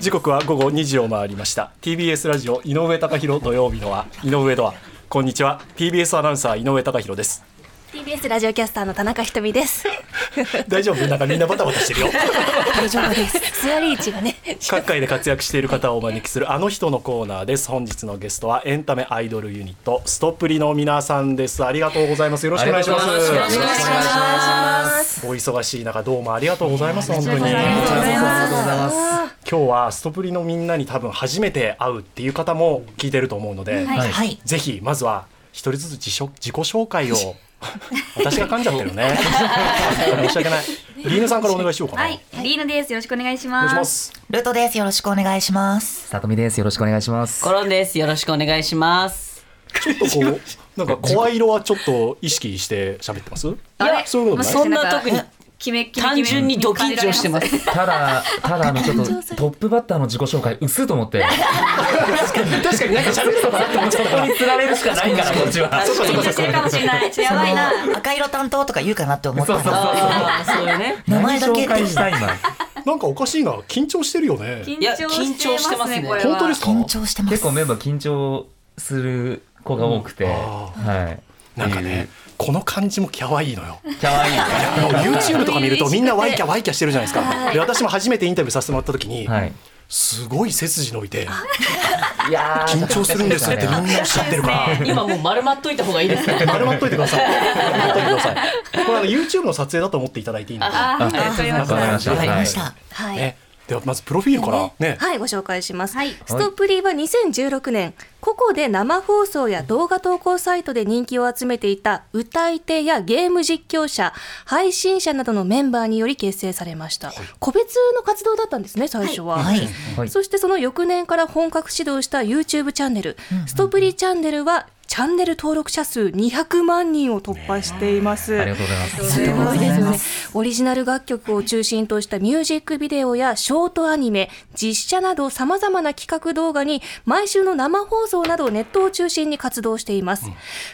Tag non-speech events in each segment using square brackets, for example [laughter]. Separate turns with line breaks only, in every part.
時刻は午後2時を回りました TBS ラジオ井上貴博土曜日のは井上ドアこんにちは TBS アナウンサー井上貴博です
TBS ラジオキャスターの田中ひとみです。
大丈夫なんかみんなバタバタしてるよ
大丈夫です。座り位置がね。
各界で活躍している方をお招きするあの人のコーナーです本日のゲストはエンタメアイドルユニットストプリの皆さんですありがとうございますよろしくお願いします
ありがとうございますよろしくお願いし
ます。
お忙しい中どうもありがとうございます本当に
ありがとうございます
ありがとうございます
今日はストプリのみんなに多分初めて会うっていう方も聞いてると思うので、
はい。
は
はい。
ぜひまずは一人ずつ自己自己紹介を私が噛んじゃってるね申し訳ないリーヌさんからお願いしようかな、
はい、リーヌです。よろしくお願いし
お願
ま
いし
す。
ます
ルートです。よろしくお願いします。
さとみです。よろしくお願いします。
コロンです。よろしくお願いします。
ちょっとこうなんか声色はちょっと意識して喋ってますい
や
そういうことない
そんな特に
[laughs] 決め決め
単純にド緊張してます。。
ただ、ただ、あの、ちょっと、トップバッターの自己紹介、薄いと思って。
確かになんか喋るのかなって思っちゃったから
釣られるしかないから、こっちは。
緊張してるかもしれない。やばいな。
その赤色担当とか言うかなって思った
そうそうそう
ら、
ああ、そうよね。
名前だ
何
け
紹介したい今。
なんかおかしいな緊張してるよね
緊
いや
張してますね。
緊張してますね
これは
本当ですか
緊張してます。
結構メンバー緊張する子が多くて。
あ
はい。
なんかねこの感じも可愛いのよ
可愛いい。
もう YouTube とか見るとみんなワイキャワイキャしてるじゃないですかで私も初めてインタビューさせてもらった時に、
はい。
すごい背筋伸びて
いや
緊張するんですってみんなおっしゃってるから
今もう丸まっといた方がいいですね。
丸まっといてください。丸まっといてください。これあの YouTube の撮影だと思っていただいていいので。
[laughs] あーわかりま
わ
した
かりました。
わかりま
は
した。
い。
はい
ね。。ではまずプロフィールから
[laughs]
ね。
はい、ご紹介します。ストップリーは2016年、個々で生放送や動画投稿サイトで人気を集めていた歌い手やゲーム実況者、配信者などのメンバーにより結成されました。個別の活動だったんですね、最初は。
はい。
はい
そしてその翌年から本格始動した YouTube チャンネル、ストプリチャンネルはチャンネル登録者数200万人を突破しています。
ありがとうございます。
すごいですね。オリジナル楽曲を中心としたミュージックビデオやショートアニメ、実写など様々な企画動画に毎週の生放送などをネットを中心に活動しています。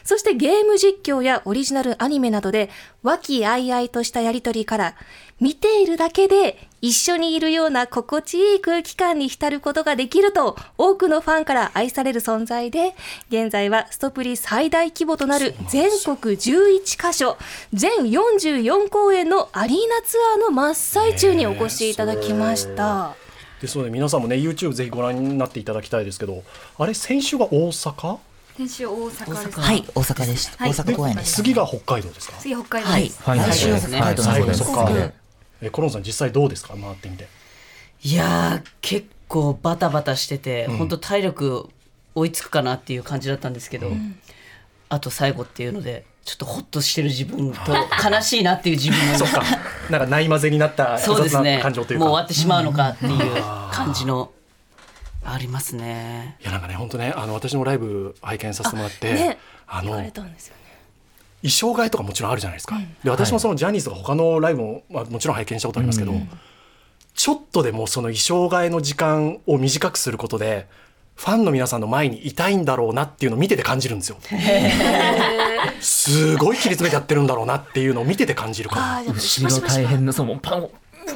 そしてゲーム実況やオリジナルアニメなどで和気あいあいとしたやりとりから見ているだけで一緒にいるような心地いい空気感に浸ることができると多くのファンから愛される存在で現在はストプリ最大規模となる全国11カ所全44公演のアリーナツアーの真っ最中にお越しいただきました。
でそうね皆さんもね YouTube ぜひご覧になっていただきたいですけど、あれ先週が大阪、
先週大阪です。
はい、大阪でした。
はい
大阪公演でした。
次が北海道ですか。
次北海
は
道
い
です。。
はい
来週大阪公
は
最
い
演
後
で
そ
す。
っ
そう
か
です。。
えコロンさん実際どうですか回ってみて。
いやー、結構バタバタしてて、本当体力追いつくかなっていう感じだったんですけど、あと最後っていうので、ちょっとホッとしてる自分と悲しいなっていう自分も
そっか。 [laughs] なんかない混ぜになった
そう
複
で
雑
すね。
な感情という
もう終わ
か
っ。てしまうのかっていう感じのありますね。
いやなんかね本当ねあの私もライブ拝見させてもらって、
ね
あ
言わ
の
れたんですよね。
衣装替えとかもちろんあるじゃないですか、で私もそのジャニーズとか他のライブも、まあ、もちろん拝見したことありますけど、ちょっとでもその衣装替えの時間を短くすることでファンの皆さんの前にいたいんだろうなっていうのを見てて感じるんです [laughs] よ。すごい切り詰めてやってるんだろうなっていうのを見てて感じるか
あーでも
後ろ大変な、そう、もうパンを、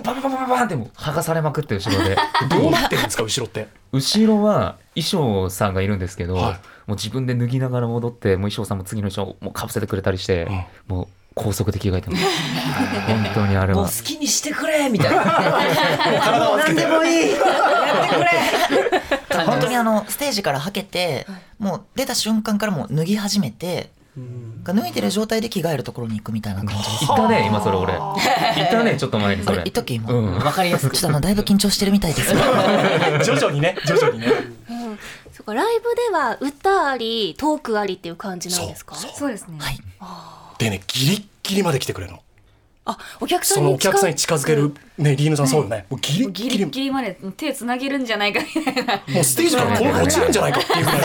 パンパンパンパンってもう剥がされまくって
[laughs]
後ろで。
らどうなってるんですか後ろって。
後ろは衣装さんがいるんですけど、
はい
もう自分で脱ぎながら戻ってもう衣装さんも次の衣装もうかぶせてくれたりして、もう高速で着替えてます本当にあれ
もう好
は
きにしてくれみたいな。
体を預けて
本当にあの、ステージからはけて、もう出た瞬間からもう脱ぎ始めて、脱いでる状態で着替えるところに行くみたいな感じです。
行ったね今それ俺行ったねちょっと前にそ
あ
れ
れ、言っとけ今。
う
[laughs] ちょ
ん
わかりやすく
っ。とあの、だいぶ緊張してるみたいです。
徐々にね徐々にね。
そうかライブでは歌ありトークありっていう感じなんですか。
そう
そうですね。
はい。
でねギリッギリまで来てくれるの。
あお客さ
そ
ん
のお
に近
客さんに近づけるねリーヌさんそうよね。もうギリッ
ギ
ギ
リ
リ
ギリまで手つなげるんじゃないかみたいな。
もうステージからこの子落ちるんじゃないかっていうぐらい。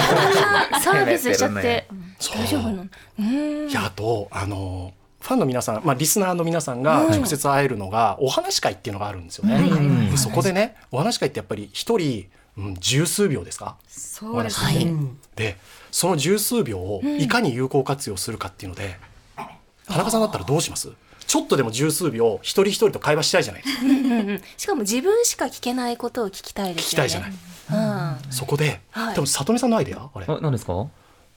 サービスしちゃっ
やって
て
るね
そう
大丈夫なの。うん。
いやあとあのファンの皆さん、まあ、リスナーの皆さんが直接会えるのが、お話し会っていうのがあるんですよね。
ん
でそこでねお話し会ってやっぱり一人、うん、十数秒ですか
そうです
は
ね。
い。
でその十数秒をいかに有効活用するかっていうので、田中さんだったらどうしますちょっとでも十数秒一人一人と会話したいじゃない聞
うんうんしかも自分しか聞けないことを聞きたいです
き
よ
た
ね。
いじゃない、
うん
そこで、
はい
多分里見さんのアイデアあれ
あ、何ですか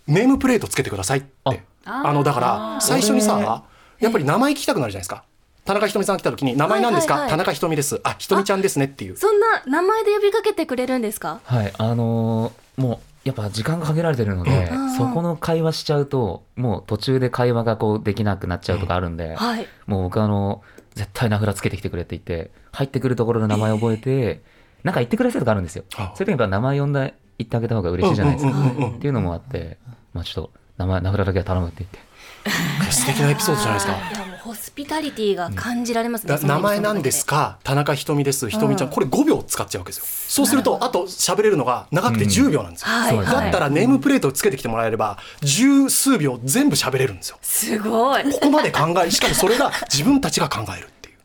ネームプレートつけてくださいって
あ
あのだから最初にさやっぱり名前聞きたくなるじゃないですか田中ひとみさんが来た時に「名前なんですか
はいはいはい
田中ひとみです」あ「ひとみちゃんですね」っていう
そんな名前で呼びかけてくれるんですか？
はい、あのーもう、やっぱ時間が限られてるので、
うん
そこの会話しちゃうと、もう途中で会話がこうできなくなっちゃうとかあるんで、
はい。
もう僕あの、絶対名札つけてきてくれって言って、入ってくるところの名前覚えて、なんか言ってくれそうとかあるんですよ。
あ
そういう時やっぱ名前呼んだ、言ってあげた方が嬉しいじゃないですか。
うんうんうんうん
っていうのもあって、まあちょっと、名前、名札だけは頼むって言って。
素敵なエピソードじゃないですか
いやもうホスピタリティが感じられますね。
だ
その
名前なんですか田中ひとみですひとみちゃん、
うん
これ5秒使っちゃうわけですよそうするとあと喋れるのが長くて
うん
10秒なんですよ、
はい
はい
だったらネームプレートをつけてきてもらえれば十数秒全部喋れるんですよ
すごい。
ここまで考えしかもそれが自分たちが考えるっていう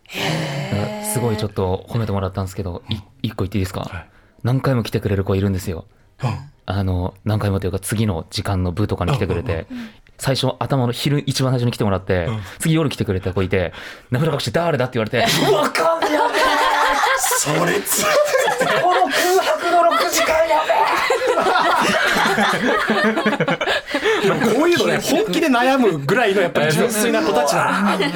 すごいちょっと褒めてもらったんですけど、い一個言っていいですか、
はい
何回も来てくれる子いるんですよ。あの、何回もというか次の時間の部とかに来てくれて、最初頭の昼一番最初に来てもらって、次夜来てくれた子いて、名札隠して誰だって言われて、
わかんないこ
それつ
の空白の6時間やべ
こういうのね本気で悩むぐらいのやっぱり純粋な子たちなの
で、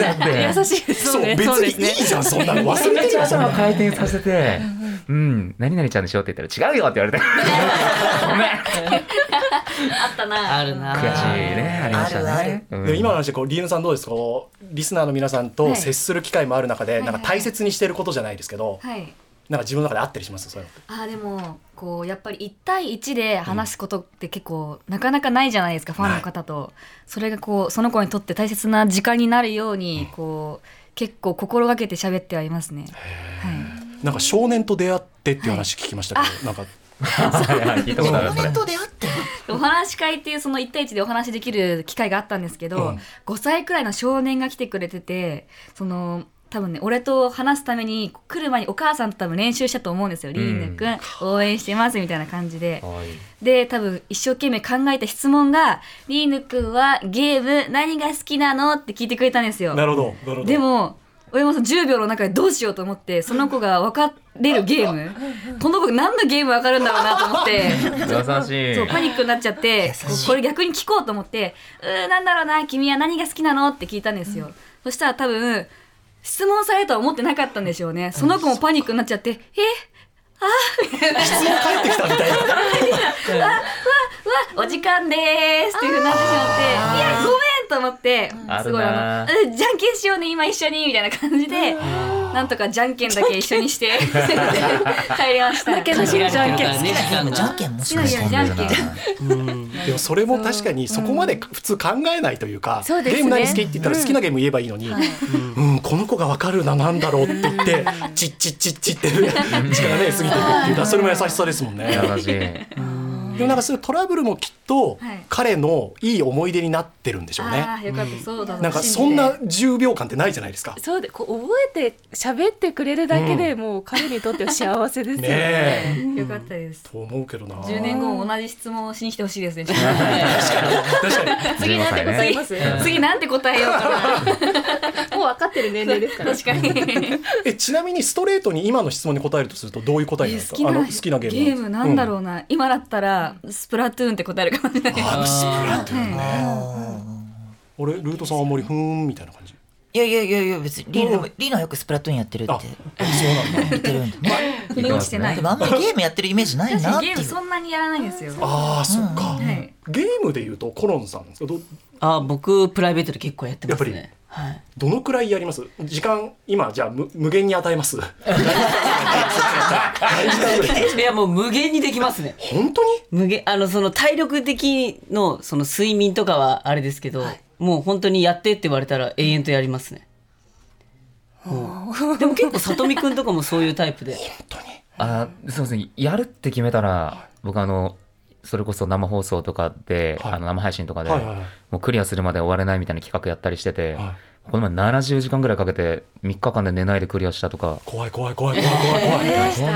優しいです
そう
ね。
別
そう
に
で
いい
すね。
じゃんそんなの忘れてるよそんな
頭
の
回転させて、うん、何々ちゃんでしょって言ったら違うよって言われて、ごめん
あったな
あるな
悔しいね、ありましたね。
ある
うん
でも今の話でこうリーヌさんどうですかこうリスナーの皆さんと接する機会もある中で、
い
なんか大切にしてることじゃないですけど、
はい
なんか自分の中であったりしますそういうのって
あーでもこうやっぱり1対1で話すことって結構なかなかないじゃないですか、ファンの方とそれがこうその子にとって大切な時間になるようにこう結構心がけて喋ってはいますね、はい、
なんか少年と出会ってっていう話聞きましたけど、なんか
はいはい聞いたことあるそれ
少年と出会って
お話し会っていうその1対1でお話しできる機会があったんですけど、
うん
5歳くらいの少年が来てくれててその多分ね俺と話すために来る前にお母さんと多分練習したと思うんですよ、リーヌくん応援してますみたいな感じで。
はい
で多分一生懸命考えた質問が「リーヌくんはゲーム何が好きなの?」って聞いてくれたんですよ。
るほどなるほ
でも俺もその10秒の中でどうしようと思ってその子が分かれるゲーム
[laughs]
この子何のゲーム分かるんだろうなと思って
優し
そ。
いう
パニックになっちゃってこうこれ逆に聞こうと思って「うーなんだろうな君は何が好きなの?」って聞いたんですよ。そしたら多分質問されるとは思ってなかったんでしょうね。その子もパニックになっちゃって「え
帰ってきたみ
[laughs]
たいな
うわお時間でーすっていうふうになってしまっていやごめんと思って
あ
す
る
ごい
な
あ
ー
のうんじゃんけんしようね今一緒にみたいな感じでなんとかじゃんけんだけ一緒にして [laughs] 帰りました
だけの知るじゃんけん
好きなゲーム
じゃんけんもし
いや
か
い
して
やじゃんけん
でもそれも確かにそこまで普通考えないというか、
そうです
ゲ
ね
ーム何好きって言ったら好きなゲーム言えばいいのに、うんうんこの子が分かるななんだろうって言ってチッチッチッチッって時間がね過ぎていくっていうかそれも優しさですもんね。
優しい。
でもなんかそういうトラブルもきっと
はい
彼のいい思い出になってるんでしょうね。
ああよかったそうだ
なんかそん
信
な
じて
10秒間ってないじゃないですか。
そうでこう覚えて喋ってくれるだけでもう彼にとっては幸せですよ
ね
ね。
え。
よかったです
と思うけどな。
10年後も同じ質問をしに来てほしいですね
確かに
[laughs]
次なんて
15
答え
歳
ね
次次なんて答えようか
もう分かってる年齢ですから
な。確かに
えちなみにストレートに今の質問に答えるとするとどういう答えになるんですか。あの好きなゲーム。
ゲームなんだろ
う
うな今だったらスプラトゥーンって答えるかもしれない
ん。あスプラトゥーンね。
あ
俺ルートさんはあんまりふーんみたいな感じ。
ーいやいやいやいや別にリーナリーナはよくスプラトゥーンやってる
あ
っ、て
そうなんだ。
言ってるんでね
腑に落ちてない
でもあんまりゲームやってるイメージない
確
な
か
っ
に
て
ゲ
い
ー
う
ムそんなにやらないんですよ。は
ああそっか。
い。
ゲームでいうとコロンさんですかど
あ僕プライベートで結構やってます
やっ
ねはい
どのくらいやります時間今じゃあ無無限に与えます何時間ぐらい
いやもう無限にできますね
本当に
無限あのその体力的のその睡眠とかはあれですけど、もう本当にやってって言われたら永遠とやりますね。もうでも結構里見くんとかもそういうタイプで
本当に
あすいませんやるって決めたら、僕あのそれこそ生放送とかで、
はい
あの生配信とかで、
はいはいはい
もうクリアするまで終われないみたいな企画やったりしてて、
は
この前70時間ぐらいかけて3日間で寝ないでクリアしたとか
怖い怖い怖い怖い怖い怖い。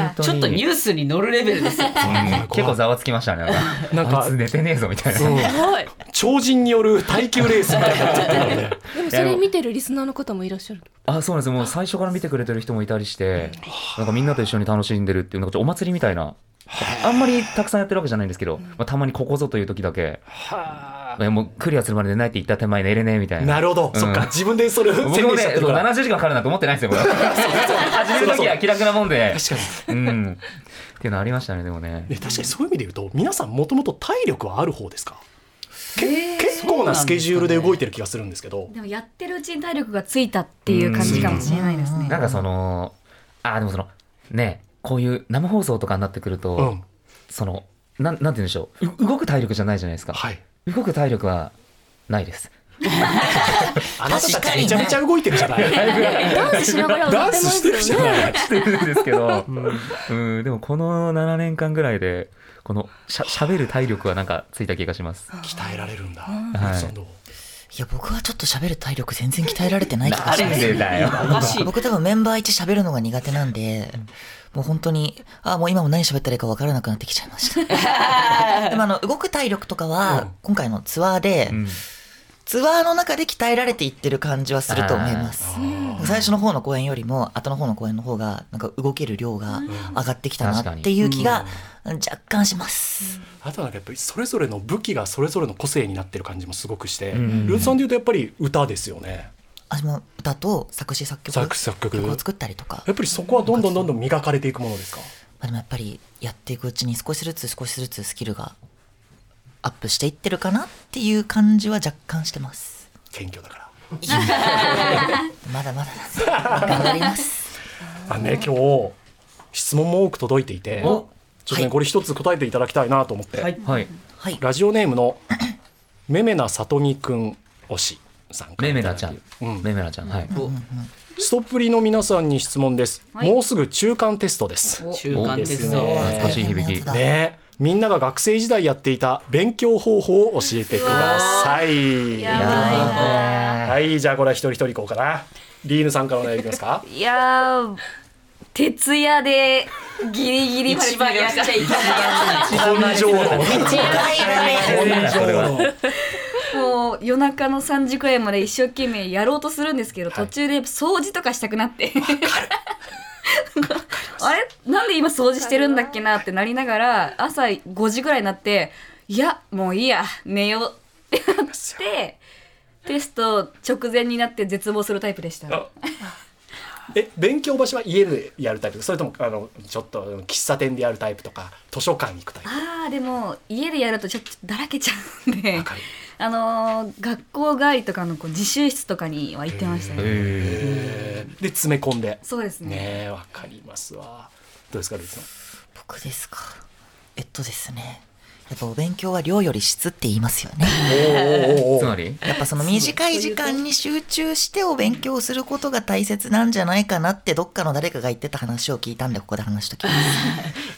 本当に
ちょっとニュースに載るレベルですよ。
うん結構ざわつきましたね
な
なんん
か
かあいつ寝てねえぞみたいな、
うん
い
はい。
超人による耐久レースみたいになっちゃってるので。
でもそれ見てるリスナーの方もいらっしゃる。
あそうなんですよもう最初から見てくれてる人もいたりしてなんかみんなと一緒に楽しんでるっていうなんかちょっとお祭りみたいなあんまりたくさんやってるわけじゃないんですけど、まあ、たまにここぞという時だけいやもうクリアするまで寝ないって言った手前寝れねえみたいな
なるほど、
うん
そっか自分でそれを宣
僕も
言
ね
しちゃってる
そう
から。
70時間かかるなんて思ってないん [laughs] ですよこれ始める時は気楽なもんで
確かに。
うんっていうのありましたねでもね
ね確かにそういう意味で言うと皆さんもともと体力はある方ですかけ結構なスケジュールで動いてる気がするんですけど
でもやってるうちに体力がついたっていう感じかもしれないですね。
なんかそのあーでもそのねこういう生放送とかになってくると、
うん
そのなんなんて言うんでしょうう動く体力じゃないじゃないですか、
はい
動く体力はないです
あなたたちめちゃめちゃ動いてるじゃ [laughs] ない
ダンスしながら歌
ダ
っ
ン
て
ス
ま
してる
す
じゃ
よね。
ない
してるんですけど、うん、でもこの7年間ぐらいでこのしゃ喋る体力はなんかついた気がします
鍛えられるんだ、
はい
その
いや、僕はちょっと喋る体力全然鍛えられてない気がし
れ
ます。
でだよ
おかしい。
僕多分メンバー一喋るのが苦手なんで、もう本当に、あもう今も何喋ったらいいか分からなくなってきちゃいました。でもあの、動く体力とか
う
は
ん、
今回のツアーで、
うん
ツアーの中で鍛えられていってる感じはすると思います。最初の方の公演よりも、後の方の公演の方が、なんか動ける量が上がってきた
確
な
か
っ
に
ていう気が若干します。
あとなんかやっぱりそれぞれの武器がそれぞれの個性になってる感じもすごくして、
ん
ルーツさんでいうとやっぱり歌ですよね
あもう歌と作詞作曲
作詞作曲
曲を作ったりとか
やっぱりそこはどんどんどんどん磨かれていくものですか
まあ、でもやっぱりやっていくうちに少しずつ少しずつスキルがアップしていってるかなっていう感じは若干してます
謙虚だから
まだまだなんで頑張ります
あのね今日質問も多く届いていてちょ
お
っとね、
はい
これ一つ答えていただきたいなと思って、
はい。
はい
はい
ラジオネームの [coughs] めめなさとみくん推しさんから
めめなちゃん、
うん
めめなちゃんはい
ストップリの皆さんに質問です、
はい
もうすぐ中間テストですね
中間鉄
いいで
道。
すね
懐かしい響き
だ
えみんなが学生時代やっていた勉強方法を教えてください
やばいな
はいじゃあこれは一人一人いこうかなリーヌさんからお願いできますか
いやー徹夜でギリギリまで
一番やっちゃいけない。
根性論根性論
もう夜中の3時くらいまで一生懸命やろうとするんですけど、
はい
途中で掃除とかしたくなって。 [laughs] あれなんで今掃除してるんだっけなってなりながら朝5時ぐらいになっていやもういいや寝ようってなってテスト直前になって絶望するタイプでした
あえ勉強場所は家でやるタイプそれともあのちょっと喫茶店でやるタイプとか図書館に行くタイプ
あーでも家でやるとちょっとだらけちゃうんで
わかる
あのー学校帰りとかのこう自習室とかには行ってましたね
え
へーで詰め込んで
そうですね
ねえわかりますわどうですかルイさん
僕ですかえっとですねやっぱお勉強は量より質って言いますよね
おーおーおーおー
[laughs] つまり
やっぱその短い時間に集中してお勉強することが大切なんじゃないかなってどっかの誰かが言ってた話を聞いたんでここで話しときま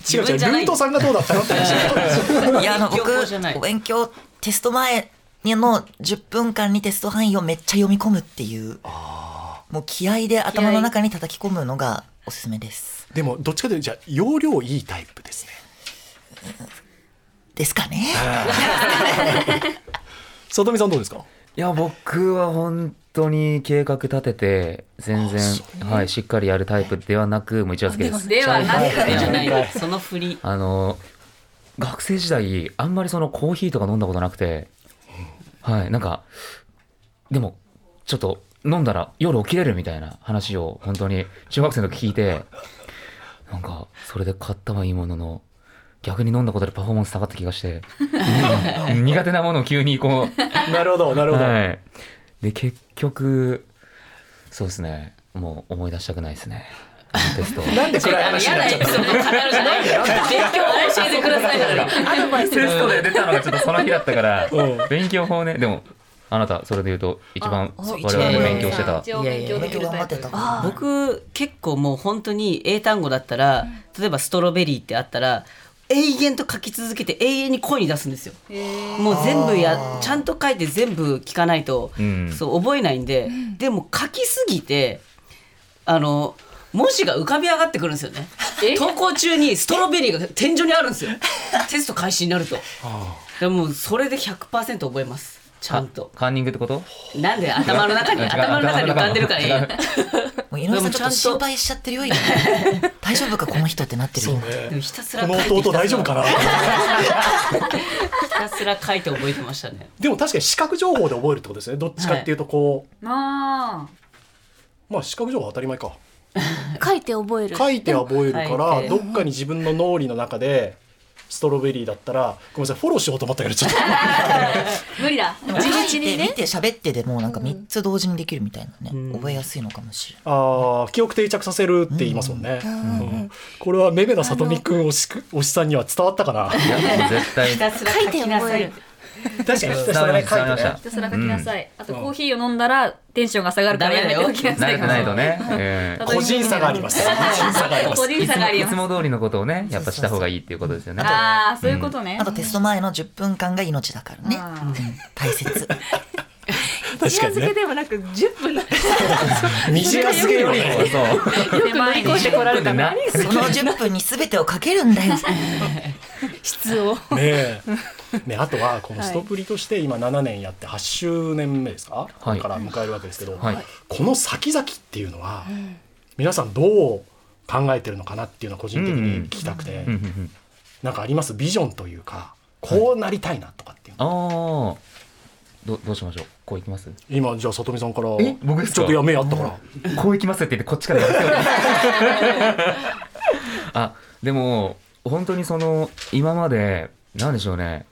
す
違う違う
自分じゃ
ル
ない
ートさんがどうだったのって話
[laughs]
いや、あの、僕
旅行じゃない、
お勉強、テスト前の10分間にテスト範囲をめっちゃ読み込むっていう、もう気合で頭の中に叩き込むのがおすすめです。
でもどっちかというとじゃあ容量いいタイプですね
ですかね
里見さんどうですか
いや僕は本当に計画立てて全然、はい、しっかりやるタイプではなくもう一夜漬けです
ではなくてじゃな
はい
い。その振り。
あの学生時代あんまりそのコーヒーとか飲んだことなくて、はいなんかでもちょっと飲んだら夜起きれるみたいな話を本当に中学生の時聞いてなんかそれで買ったはいいものの逆に飲んだことでパフォーマンス下がった気がして、 [laughs] うん苦手なものを急にこう、
なるほどなるほど、
はい、で結局そうですねもう思い出したくないですねあのテ
[laughs]
ストを
なんで暗い話に
嫌
な
な
っ
エ
ちゃっ
ピソード語るじゃないんだよ。勉強を教えてくださいじゃない。
テストで出たのがちょっとその日だったから
うん
勉強法ねでもあなたそれで言うと一番
あ
我
一番
々も勉強してた
一応勉強できるタイ
い
プ
やいや勉強頑張っ
僕結構もう本当に英単語だったら、例えばストロベリーってあったら永遠と書き続けて永遠に声に出すんですよ。もう全部やちゃんと書いて全部聞かないと、
うん
そう覚えないんで、でも書きすぎてあの文字が浮かび上がってくるんですよね。投稿中にストロベリーが天井にあるん [laughs] ですよ。テスト開始になると。でもうそれで100%覚えます。ちゃんと。
カーニングってこと [laughs]
なんで頭の中に
違う
頭の中に浮かんでるからいい
違う
もう井上さん
でも
ち
ち
ょ
ゃ
っ
ん
と
と
心配しちゃってるよ今大丈夫かこの人ってなってる
そう
よ
でも
ね
ひたすら
こ
書い
の
て
弟大丈夫かな
ひたすら書いて覚えてましたね。
でも確かに視覚情報で覚えるってことですねどっちかっていうとこう、
あー
まあ視覚情報は当たり前か
書いて覚える
書いて覚えるから、
書いて
どっかに自分の脳裏の中でストロベリーだったらごめんなさいフォローしようと思ったけどちょっと
無理だ
でも書いて見て喋ってでもうなんか3つ同時にできるみたいなね、
うん
覚えやすいのかもしれない
あー記憶定着させるって言いますもんね、うんこれはめめのさとみくん推しく推しさんには伝わったかな
いやもう絶対
ひたすら
書
書
いて
きな
覚
さ
え
い
る。
確かに [laughs]
伝わりました伝わりま
ひ
した
すら書きなさい、あとコーヒーを飲んだらテンションが下がるからやめておきなさ
慣
い、
れてないとね、ええ
ただ
個人差があります個人差があります
[laughs] 個人差があり
い
ま
つ
す
も通りのことをねやっぱした方がいいっていうことですよね
ああそういうことね、
あとテスト前の10分間が命だからね、
あ
う
ー
ん、大切
確かにね
でもなく10分の
短すぎるよ
そう
ね
そう
手前に
こられ
でな
その10分に全てをかけるんだよ
質を
ねえね、あとはこのストプリとして今7年やって8周年目ですか、
はい
から迎えるわけですけど、
[laughs] はい
この先々っていうのは、皆さんどう考えてるのかなっていうのは個人的に聞きたくて、
うんうんうん
なんかありますビジョンというかこうなりたいなとかっていうの、
ああどどうしましょうこういきます
今じゃあ里見さんから
え僕ですか
ちょっとやめやったから、
こういきますって言ってこっちからやる [laughs] あでも本当にその今までなんでしょうね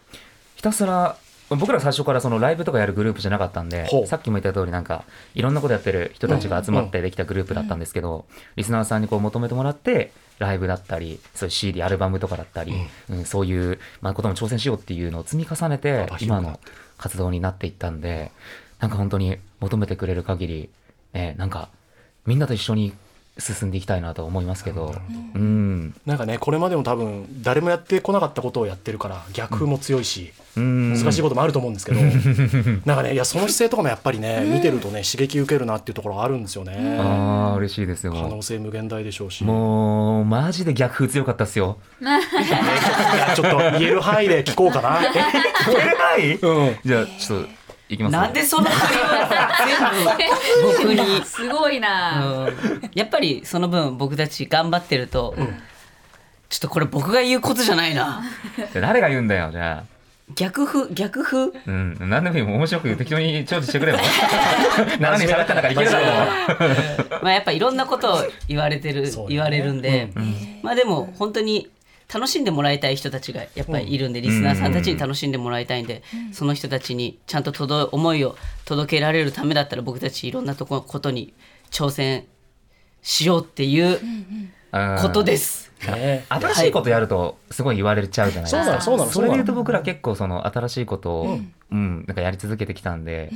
ひたすら僕ら最初からそのライブとかやるグループじゃなかったんで
ほう
さっきも言った通りなんかいろんなことやってる人たちが集まってできたグループだったんですけど、リスナーさんにこう求めてもらってライブだったりそういう CD アルバムとかだったり、うんそういう、まあ、ことも挑戦しようっていうのを積み重ねて
幅広
今
くなっ
の
て
活動になっていったんでなんか本当に求めてくれる限り、ね、なんかみんなと一緒に進んでいきたいなと思いますけどうん
なんかねこれまでも多分誰もやってこなかったことをやってるから逆風も強いし、
うん
難しいこともあると思うんですけ
[laughs]
ど、なんかねいやその姿勢とかもやっぱりね、見てるとね刺激受けるなっていうところあるんですよね。
ああ嬉しいですよ
可能性無限大でしょうし
もうマジで逆風強かったっすよ
いやちょっと言える範囲で聞こうか
[laughs]
な
聞けない
うん
じゃあちょっといきます
なんでその振りは全部僕に。
すごいな、
うんやっぱりその分僕たち頑張ってると、ちょっとこれ僕が言うことじゃないな
じゃあ誰が言うんだよじゃあ
逆風逆風
うん何でもいいもう面白く適当に調理してく
[laughs]
れば7年喋ったんだからいけるだろう
まあやっぱいろんなことを言われてる、
そうだね
言われるんで、まあでも本当に楽しんでもらいたい人たちがやっぱりいるんで、リスナーさんたちに楽しんでもらいたいんで、その人たちにちゃんと届思いを届けられるためだったら僕たちいろんなとこことに挑戦しようっていう
うん
ことです。
ね
新しいことやるとすごい言われちゃうじゃない
そ
です
う
か、
なのそうなの
そ
そ
れ
れ
で
で言う
言うと
と
僕ら結構その新しいことを、うんなんかやり続けてきたんで、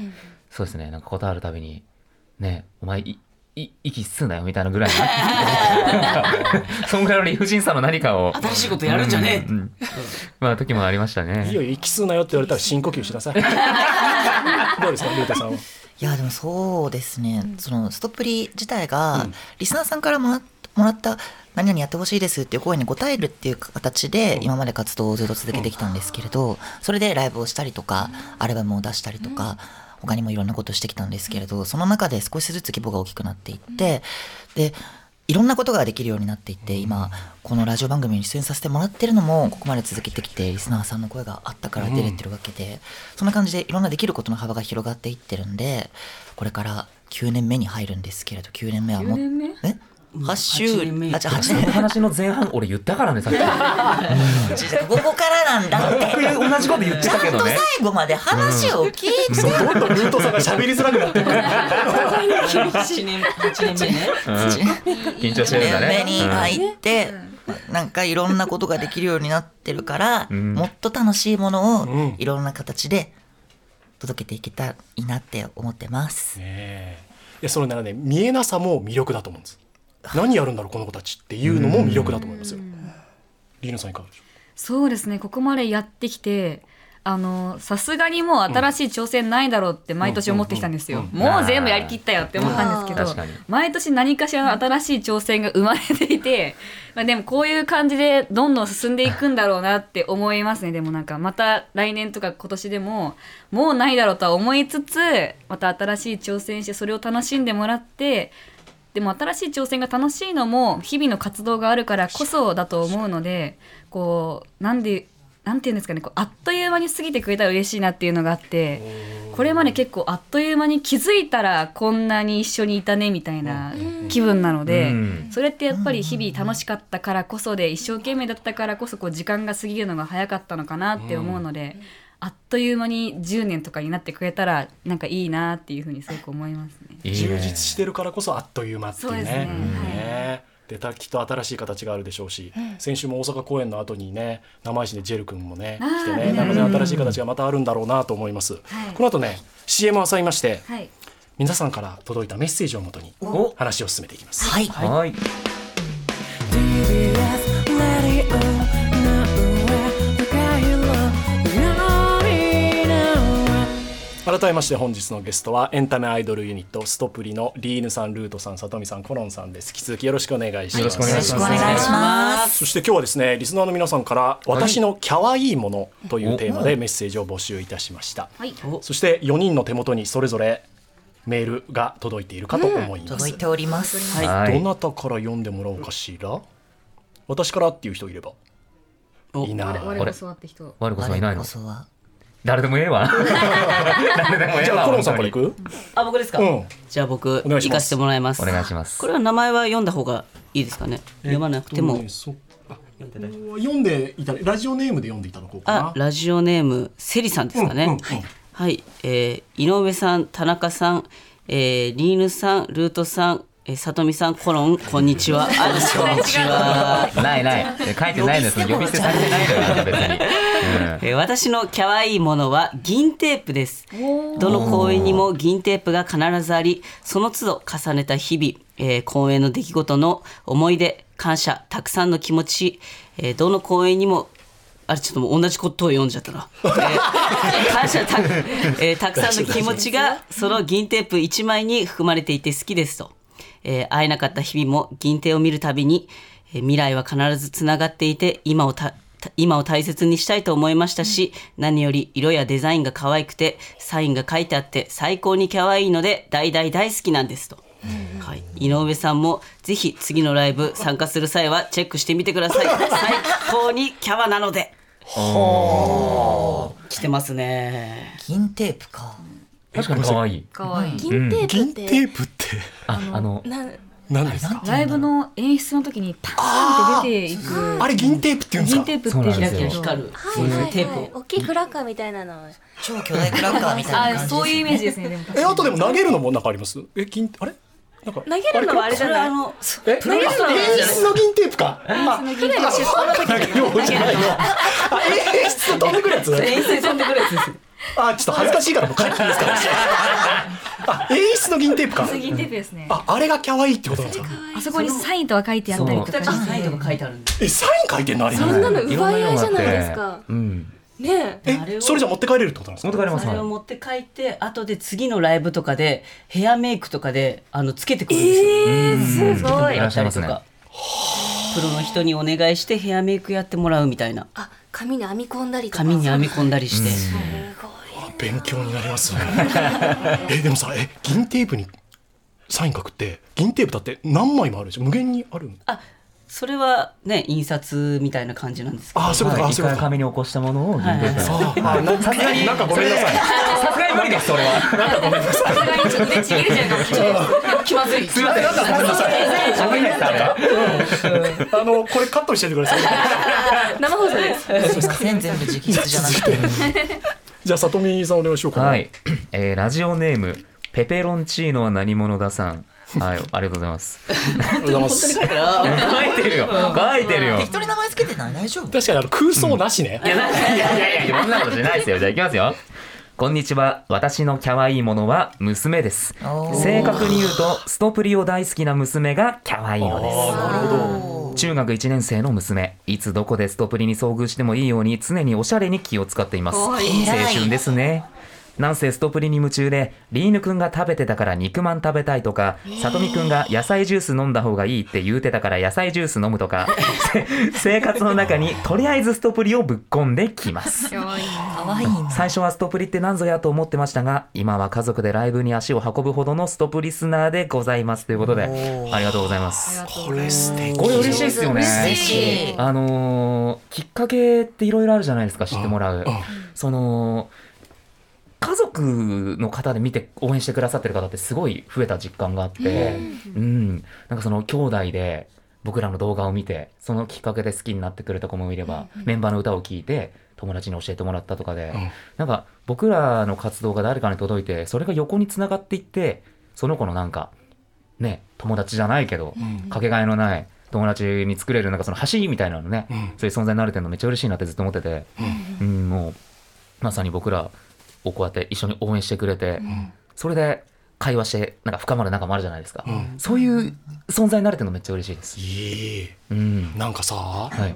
そうですねなんか断るたびに「ねお前いい息吸うなよ」みたいなぐらいのそんぐらいの理不尽さの何かを
新しいことやるんじゃねえ、
うんうんまあ時もありました
いいよ
ね
息吸うなよって言われたら深呼吸しなさ
[laughs]
いどうですか竜太さんはい [laughs]
やでもそうですね、そのストップリ自体が、リスナーさんからもらもらった何々やってほしいですっていう声に応えるっていう形で今まで活動をずっと続けてきたんですけれど、それでライブをしたりとか、アルバムを出したりとか、他にもいろんなことをしてきたんですけれどその中で少しずつ規模が大きくなっていって、でいろんなことができるようになっていって今このラジオ番組に出演させてもらってるのもここまで続けてきてリスナーさんの声があったから出れてるわけで、そんな感じでいろんなできることの幅が広がっていってるんでこれから9年目に入るんですけれど9年目はもう
9年目
え8週
8年目
あじゃあ8
その
年
話の前半俺言ったからねさっき
目ここからなんだって
同じこと言っ
ち
て
ゃ
たけ
んと
ど
最
ね
後まで話を聞いて
そうどんどん竜太さんが喋りづらくなってくる
8年 [laughs] 八年目ね
緊張してるんだ
目
ね
に入って、なんかいろんなことができるようになってるから、
うん
もっと楽しいものを
うん
いろんな形で届けていけたらいいなって思ってます。
ねえいやそのならね見えなさも魅力だと思うんです何やるんだろうこの子たちっていうのも魅力だと思いますよリーナさんいかがでしょ
そうですねここまでやってきてあのさすがにもう新しい挑戦ないだろうって毎年思ってきたんですよ、
うんうん
うん
もう全部やりきったよって思ったんです
う
け
ん確
ど
かに
毎年何かしらの新しい挑戦が生まれていて、まあ、でもこういう感じでどんどん進んでいくんだろうなって思いますねでもなんかまた来年とか今年でももうないだろうとは思いつつまた新しい挑戦してそれを楽しんでもらってでも新しい挑戦が楽しいのも日々の活動があるからこそだと思うのでこうなんでなんていうんですかねこうあっという間に過ぎてくれたら嬉しいなっていうのがあってこれまで結構あっという間に気づいたらこんなに一緒にいたねみたいな気分なので、
うん
それってやっぱり日々楽しかったからこそで一生懸命だったからこそこう時間が過ぎるのが早かったのかなって思うので。あっという間に10年とかになってくれたらなんかいいなっていうふうにすごく思いますね。
いいね
充実してるからこそあっという間っていう
そう
ね。
ですね
うん
はい
ねでたきっと新しい形があるでしょうし、先週も大阪公演の後にね生石でジェル君もね
あー
来てね
ね
なので新しい形がまたあるんだろうなと思います、
はい
この後ね CM を挟みまして
はい
皆さんから届いたメッセージをもとに話を進めていきます
はい
はい。
改めまして本日のゲストはエンタメアイドルユニットストプリのリーヌさんルートさんさとみさんコロンさんです引き続きよろしくお願いします
よろしくお願いします
お願いします
そして今日はですねリスナーの皆さんから私のキャワいいものというテーマでメッセージを募集いたしました
はい
そして4人の手元にそれぞれメールが届いているかと思います、
届いておりますはい
はい
どなたから読んでもらおうかしら私からっていう人いれば
お
いいな
我こそはって人
我こそはいない
我
の
こ。そは
誰でもええわ。 [laughs] 誰でもええわ。
じゃあコロンさんからいくう
あ僕ですか、
ん
じゃあ僕
お願いします
行かせてもらいます
お願いします
これは名前は読んだ方がいいですかね読まなくても、
読んでいたラジオネームで読んでいただこう
あ
かな
ラジオネームセリさんですかね、
うんうんうん
はい、えー井上さん田中さん、えーリーヌさんルートさんえーさとみさんコロンこんにち [laughs] はあこんにちは
ないない。書いてないのです。 [laughs] 呼び捨てされてないから別に。
えー私の可愛いものは銀テープですどの公演にも銀テープが必ずありその都度重ねた日々、えー公演の出来事の思い出感謝たくさんの気持ち、えーどの公演にもあれちょっともう同じことを読んじゃったな、えー感謝た,、えーたくさんの気持ちがその銀テープ1枚に含まれていて好きですと、えー会えなかった日々も銀テーを見るたびに、えー未来は必ずつながっていて今をたた今を大切にしたいと思いましたし、何より色やデザインが可愛くてサインが書いてあって最高に可愛いので大大大好きなんですと、はい、井上さんもぜひ次のライブ参加する際はチェックしてみてください最高にキャワなので来てますね
銀テープか
確かに可愛い。
かわいい、
銀テープ
銀
っ
テ
て
ープって
あ、あの、
な
何ですか
ライブの演出の時にパーンって出ていく
あれ銀テープって言うんです
銀
か
テープって
そうなんで
キラ
す
キ
よ
ラ光る
はいはい
テー
はい
プ
大きいクラッカーみたいなの
超巨大クラッカーみたいな
あ
感じ
そういうイメージですねでも確か
え
に
あとでも投げるのもなんかありますえ銀あれなんか
投げるのはあれじゃ
これ
な
あ
い
の
え
ロレスラーなんじゃない
演出の銀テープかあ
その銀テープ出版の時
なんかようじゃないのあ演出飛んでくるやつ
遠征飛んでくるやつです
あちょっと恥ずかしいからもう帰っていいですかあ演出の銀テープか
の銀テープですね
ああれが可愛いってことなんですか
あそこにサインとは書いてあったりとか
私サインとか書いてあるんで
えサイン書いてんのあれ
そんなの奪い合いじゃないです
ろんな色があっ
か
てうん。
ねえ
あれ
え
を
それじゃ持って帰れるってことなんです
持っ
か
て帰れます
そ
はい
れを持って帰って後で次のライブとかでヘアメイクとかであのつけてくるんですよ、
えーすごい
いらっしゃいますね
やったりとかプロの人にお願いしてヘアメイクやってもらうみたいな
あ髪に編み込んだりとか
髪に編み込んだりして、
すごい
勉強になりますね [laughs] えでもさえ銀テープにサイン書くって銀テープだって何枚もあるでしょ無限にある
あそれはね印刷みたいな感じなんですけど
あそういうこと
は
か
い
あ
一
そういうこと
回
か
紙に起こしたものを銀テープに
あ
[laughs]
あなんかなんかごめんなさい
さすがに無理です、それは。
さすがにちょっと手ちぎれちゃうかもしれない
[laughs]
です
気まずい
すいません、ごめんなさい。喋れないです、あれは。
あのこれカットしててくだ
[laughs]
さい
生放送です
すいません全部直筆じゃなく [laughs] て
じゃあ、さとみさんお願いしようかな。
はい、えーラジオネームペペロンチーノは何者ださん。はい、ありがとうございます。
ありがとうございます。確
書いてるよ、書いてるよ。
適当に名前つけてない大丈夫
かにあの空想なしね。
いやなんかいやいやいや、そんなことしないですよ。じゃあ、いきますよ。こんにちは。私のキャワイイものは娘です。
おー
正確に言うと、ストプリを大好きな娘がキャワイイのです。
ああ、なるほど。
中学1年生の娘いつどこでストプリに遭遇してもいいように常におしゃれに気を使っています青
おい
偉い
春ですねなんせストプリに夢中でリーヌくんが食べてたから肉まん食べたいとかさとみくんが野菜ジュース飲んだ方がいいって言うてたから野菜ジュース飲むとかせ生活の中にとりあえずストプリをぶっ込んできます
可愛い
可愛いな
最初はストプリって何ぞやと思ってましたが今は家族でライブに足を運ぶほどのストプリスナーでございますということで
おー
ありがとうございます
これ素敵
これ嬉しいですよね
嬉
しい
あのーきっかけっていろいろあるじゃないですか知ってもらう、
ん
その家族の方で見て応援してくださってる方ってすごい増えた実感があって、うんなんかその兄弟で僕らの動画を見てそのきっかけで好きになってくれた子もいれば、メンバーの歌を聴いて友達に教えてもらったとかで、
うん
なんか僕らの活動が誰かに届いてそれが横につながっていってその子のなんかね友達じゃないけど、かけがえのない友達に作れるなんかその橋みたいなのね、
うん
そういう存在になれてるのめっちゃ嬉しいなってずっと思ってて、うんもうまさに僕らをこうやって一緒に応援してくれて、それで会話してなんか深まる仲もあるじゃないですか、
うん
そういう存在になれてるのめっちゃ嬉しいです。
いい
うん
なんかさ、
はい、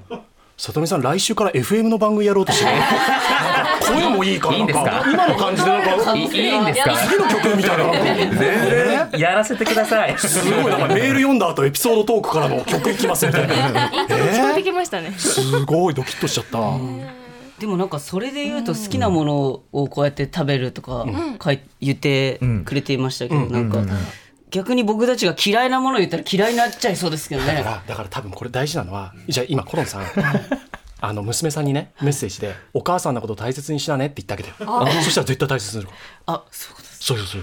里見さん来週から FM の番組やろうとして
[laughs]
るなんか声もいいから
いいんですか
なん今の感じでなんか
いいいんですか
次の曲みたいななんかね
やらせてください。
すごいなんかメール読んだ後エピソードトークからの曲いきますみたいな
イントロ聞こえてきましたね。
すごいドキッとしちゃった、
でもなんかそれで言うと好きなものをこうやって食べるとか書い言ってくれていましたけどなんか逆に僕たちが嫌いなものを言ったら嫌いになっちゃいそうですけど
だ
ね
か。らだから多分これ大事なのはじゃあ今コロンさんあの娘さんにねメッセージで「お母さんのこと大切にしなね」って言ってあげてそしたら絶対大切にするから
あ、そうです。
そうそうそう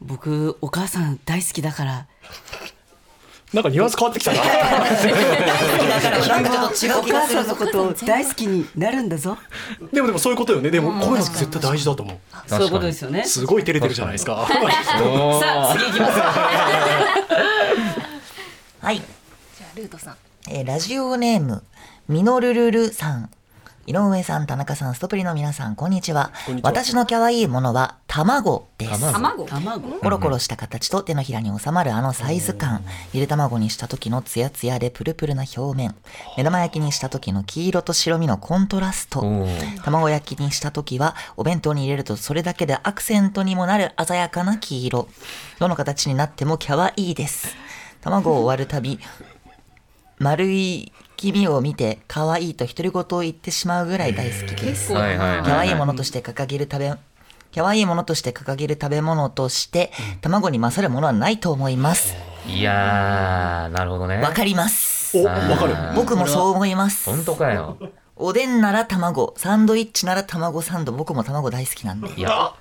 僕お母さん大好きだから。
なんかニュアンス変わってきたな
君は
ちょっと違う
お
気が
母
する
さんのことを大好きになるんだぞ。
[laughs] でもでもそういうことよねでもこういうの絶対大事だと思う
そういうことですよね。さ
すごい照れてるじゃないですか
あ次行きます。
はい
じゃあルートさん。
えーラジオネーム、みのるるるさん。井上さん、田中さん、ストプリの皆さん、こんにちは。
こんにちは
私の可愛いものは、卵です。
卵
卵。
コロコロした形と手のひらに収まるあのサイズ感。ゆで卵にした時のツヤツヤでプルプルな表面。目玉焼きにした時の黄色と白身のコントラスト。
おー
卵焼きにした時はお弁当に入れるとそれだけでアクセントにもなる鮮やかな黄色どの形になっても可愛いです卵を割るたび丸い黄身を見て可愛いと独り言を言ってしまうぐらい大好きです
構
はいはいはい
可愛いものとして掲げる食べ可愛いものとして掲げる食べ物として卵に勝るものはないと思います
いやー、なるほどね。
わかります
おわかる
あー
僕もそう思います
本当かよ。
おでんなら卵サンドイッチなら卵サンド僕も卵大好きなんで
いや、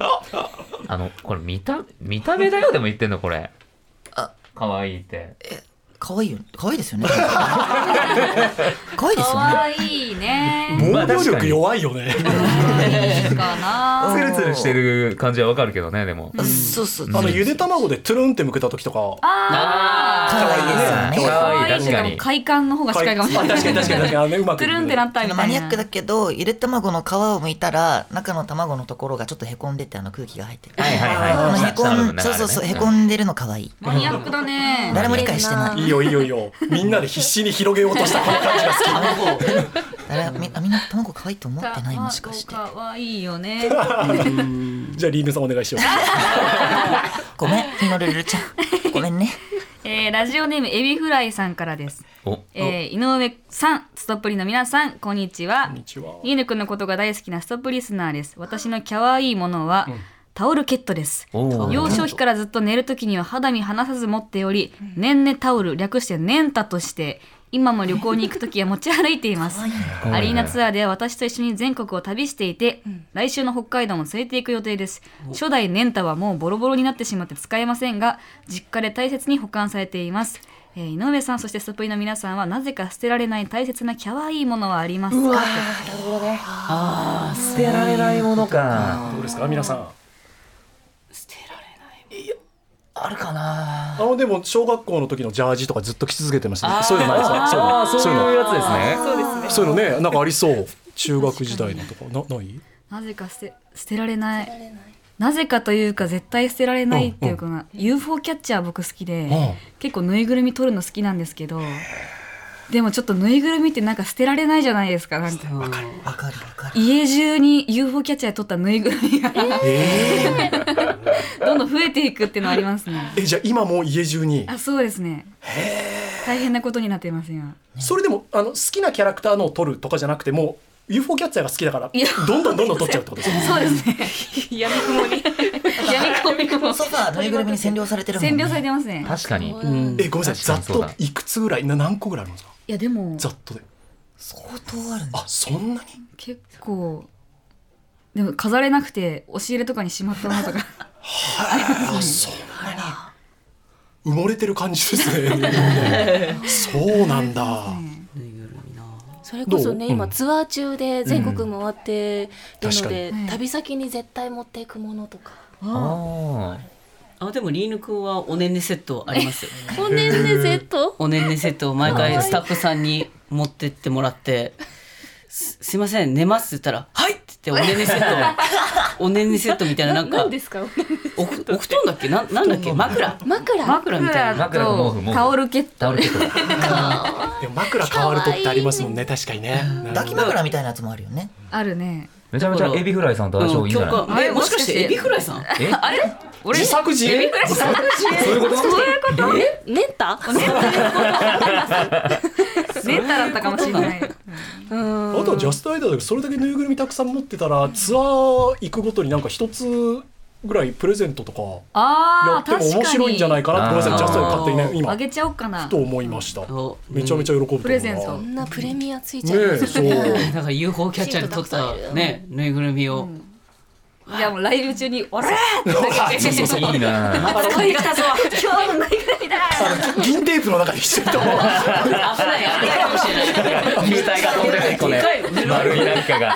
あの、これ見た、見た目だよでも言ってんの、これ。
あ
可愛いって。
可愛いよ可愛いですよね。 [laughs] 可愛いですよね。
可愛いね
防
まあ
御
確か
力
に
弱いよね
いいかな
うん
ツルツルしてる感じはわかるけどね、でも。
うんそうそう。
あのゆで卵でトゥルンってむけた時とか
あ
可愛いですよね。
可愛い
けど
確かに
快感の方が近いかもしれない
あ確かに確かに確かにあのうまく
くるんってなった
あ
みた
のマ
いな
ニアックだけど、ゆで卵の皮を剥いたら、中の卵のところがちょっとへこんでて、あの空気が入ってる。
はいはいはい
あのへ
下の
こ
部分
ん、
ね
そうそうそう、
あれ
へ
ね
こんでるの可愛い。
マニアックだね
誰も理解してない。
いいよいいよいいよみんなで必死に広げようとしたこの感じが好き
卵。
誰みあみんな卵可愛いと思ってないもしかして。
可愛いよね
じゃあリーヌさんお願いしよう
ごめん、ひのるるちゃん。ごめん
[laughs]
ね。
えーラジオネームエビフライさんからです
お、
えー井上さんストップリの皆さんこんにちは
こんにちは
リーヌくんのことが大好きなストップリスナーです私の可愛いものは、タオルケットです
おー
幼少期からずっと寝る時には肌身離さず持っており、ねんねタオル略してねんたとして今も旅行に行く時 [laughs] は持ち歩いていますアリーナツアーでは私と一緒に全国を旅していて、来週の北海道も連れて行く予定です初代ねんたはもうボロボロになってしまって使えませんが実家で大切に保管されています、えー井上さんそしてストプリの皆さんはなぜか捨てられない大切な可愛いものはありますか
あー、捨てられないものか。
どうですか皆さん
捨てられない。
あるかな
あのでも小学校の時のジャージとかずっと着続けてましたね
あー
そういうのないです
あ
か
ー、そ
そうういう
いう
の
やつですね。
そういうのねなんかありそう中学時代のとかなない
なぜか捨て捨てられないなぜかというか絶対捨てられないっていうかな、UFO キャッチャー僕好きで、
うん
結構ぬいぐるみ取るの好きなんですけどでもちょっとぬいぐるみってなんか捨てられないじゃないですかなんか
わかる
わかるわかる。
家中に UFO キャッチャーで撮ったぬいぐるみがどんどん増えていくっていうのはありますね
えじゃあ今もう家中に
あそうですね大変なことになっています今
それでもあの好きなキャラクターのを取るとかじゃなくても UFO キャッチャーが好きだから
いや
どんどんどんどん取っちゃうってことですね
そうですね闇雲に闇雲も
ソファーぬいぐるみに占領されてるもんね。
占領されてますね
確かに。
えごめんなさい
確
ざっ
かにそ
と
うだ
いくつぐらいな何個ぐらいあるんですか
いやでも
ざっとで
相当あるんだ。
あそんなに
結構でも飾れなくて押し入れとかにしまったなとか
[laughs] あそんなに埋もれてる感じです [laughs] ねそうなんだ
ぬいぐるみな
それこそね
どう
今
うん
ツアー中で全国回ってるので、
うん確かに
旅先に絶対持っていくものとか、
あ
あでもリーヌくんはおねんねセットありますよ
本年でセット
おねんねセットを毎回スタッフさんに持ってってもらって「すすいません寝ます」って言ったら「はい!」って言っておねんねセッ [laughs] トをおねんねセットみたいななんか
何ですか
おふお布団だっけなんなんだっけ枕
枕
枕みたいな
枕と毛布毛布
タオルケッ
あ。
ト
タオルケット。
でも枕変わるとってありますもんね確かにね
抱き枕みたいなやつもあるよね。
あるね
めちゃめちゃエビフライさんと相性いいんじゃない
うんえもしかしてエビフライさん
え
俺
自作自演
そういうこと
メンタ
メンタだったかもしれない
あとはジャストアイドルだけどそれだけぬいぐるみたくさん持ってたらツアー行くごとになんか一つぐらいプレゼントとかや
あ
っ
あ
ても面白いんじゃないかなってごめんなさい
あー
ジャストアイドル勝手にね今
あげちゃおうかな
と思いました
そう
めちゃめちゃ喜ぶと思うな
プレゼン
こ
ト
んなプレミアついちゃいま
ねえ
す
そ
ね
う
なんか UFO キャッチャーで撮ったねぬいぐるみを
いやもうライブ中に「おら!」って投げて
そう
いいな。
使い方ぞ今日のぬいぐるみだ!」
銀テープの中にしてると思う
危ない危ないかもしれない
[laughs] 球体が飛んでくるこれ
でかいよね。
丸いなんかが。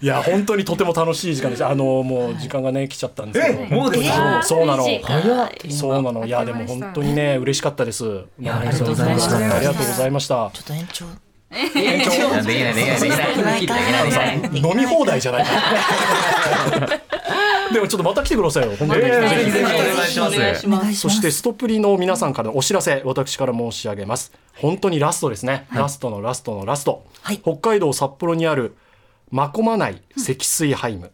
いや本当にとても楽しい時間でしたあのもう時間がね来ちゃったんですけど
もうです
そ
か。
うそうなの
早っ。
そうなのいやで
あっと
も
いう間でした
本当にね嬉しかったです
やありがとうございました
ありがとうございました
ちょっと延長。
延長
できないできないできない。できないできない。
飲み放題じゃないかでもちょっとまた来てくださいよ本当に、
ええぜひぜひ
お
お
願
願
い
い
し
し
ま
お
ますす
願いし
そ
ま
し
す。
てストプリの皆さんからのお知らせ私から申し上げます本当にラストですね、ラストのラストのラスト、
はい
北海道札幌にあるまこま内積水ハイム、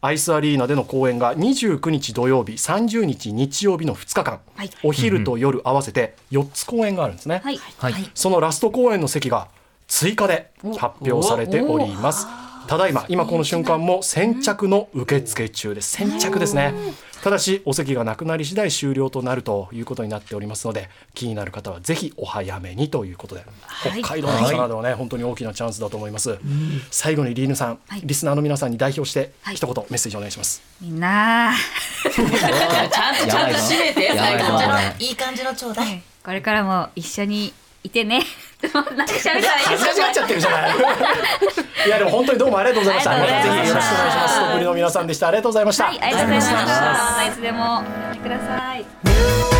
アイスアリーナでの公演が29日土曜日30日日曜日の2日間、
はい
お昼と夜合わせて4つ公演があるんですね、
はい
はい。
そのラスト公演の席が追加で発表されております。ただいま、今この瞬間も先着の受付中です。先着ですね。ただし、お席がなくなり次第終了となるということになっておりますので、気になる方はぜひお早めにということで、北海道の方などはね、本当に大きなチャンスだと思います。最後にリーヌさん
はい、
リスナーの皆さんに代表して、
はい
一言メッセージお願いします。
みんな
ちゃんとちゃんと締めて
やばい
最
な
後
やばい
は
な。
いい感じのちょうだい。
これからも一緒にいてね何で喋ったらいい
恥ずかしがっちゃってるじゃ [laughs] ない。いや、でも本当にどうもありがとうございました。
あ
ま
りが
た
とう
ぜ
ございま
ひよろ
した
しくお願いします。ストップリの皆さんでした。ありがとうございました。
はい、ありがとうございました。またいつでも呼んでください。
「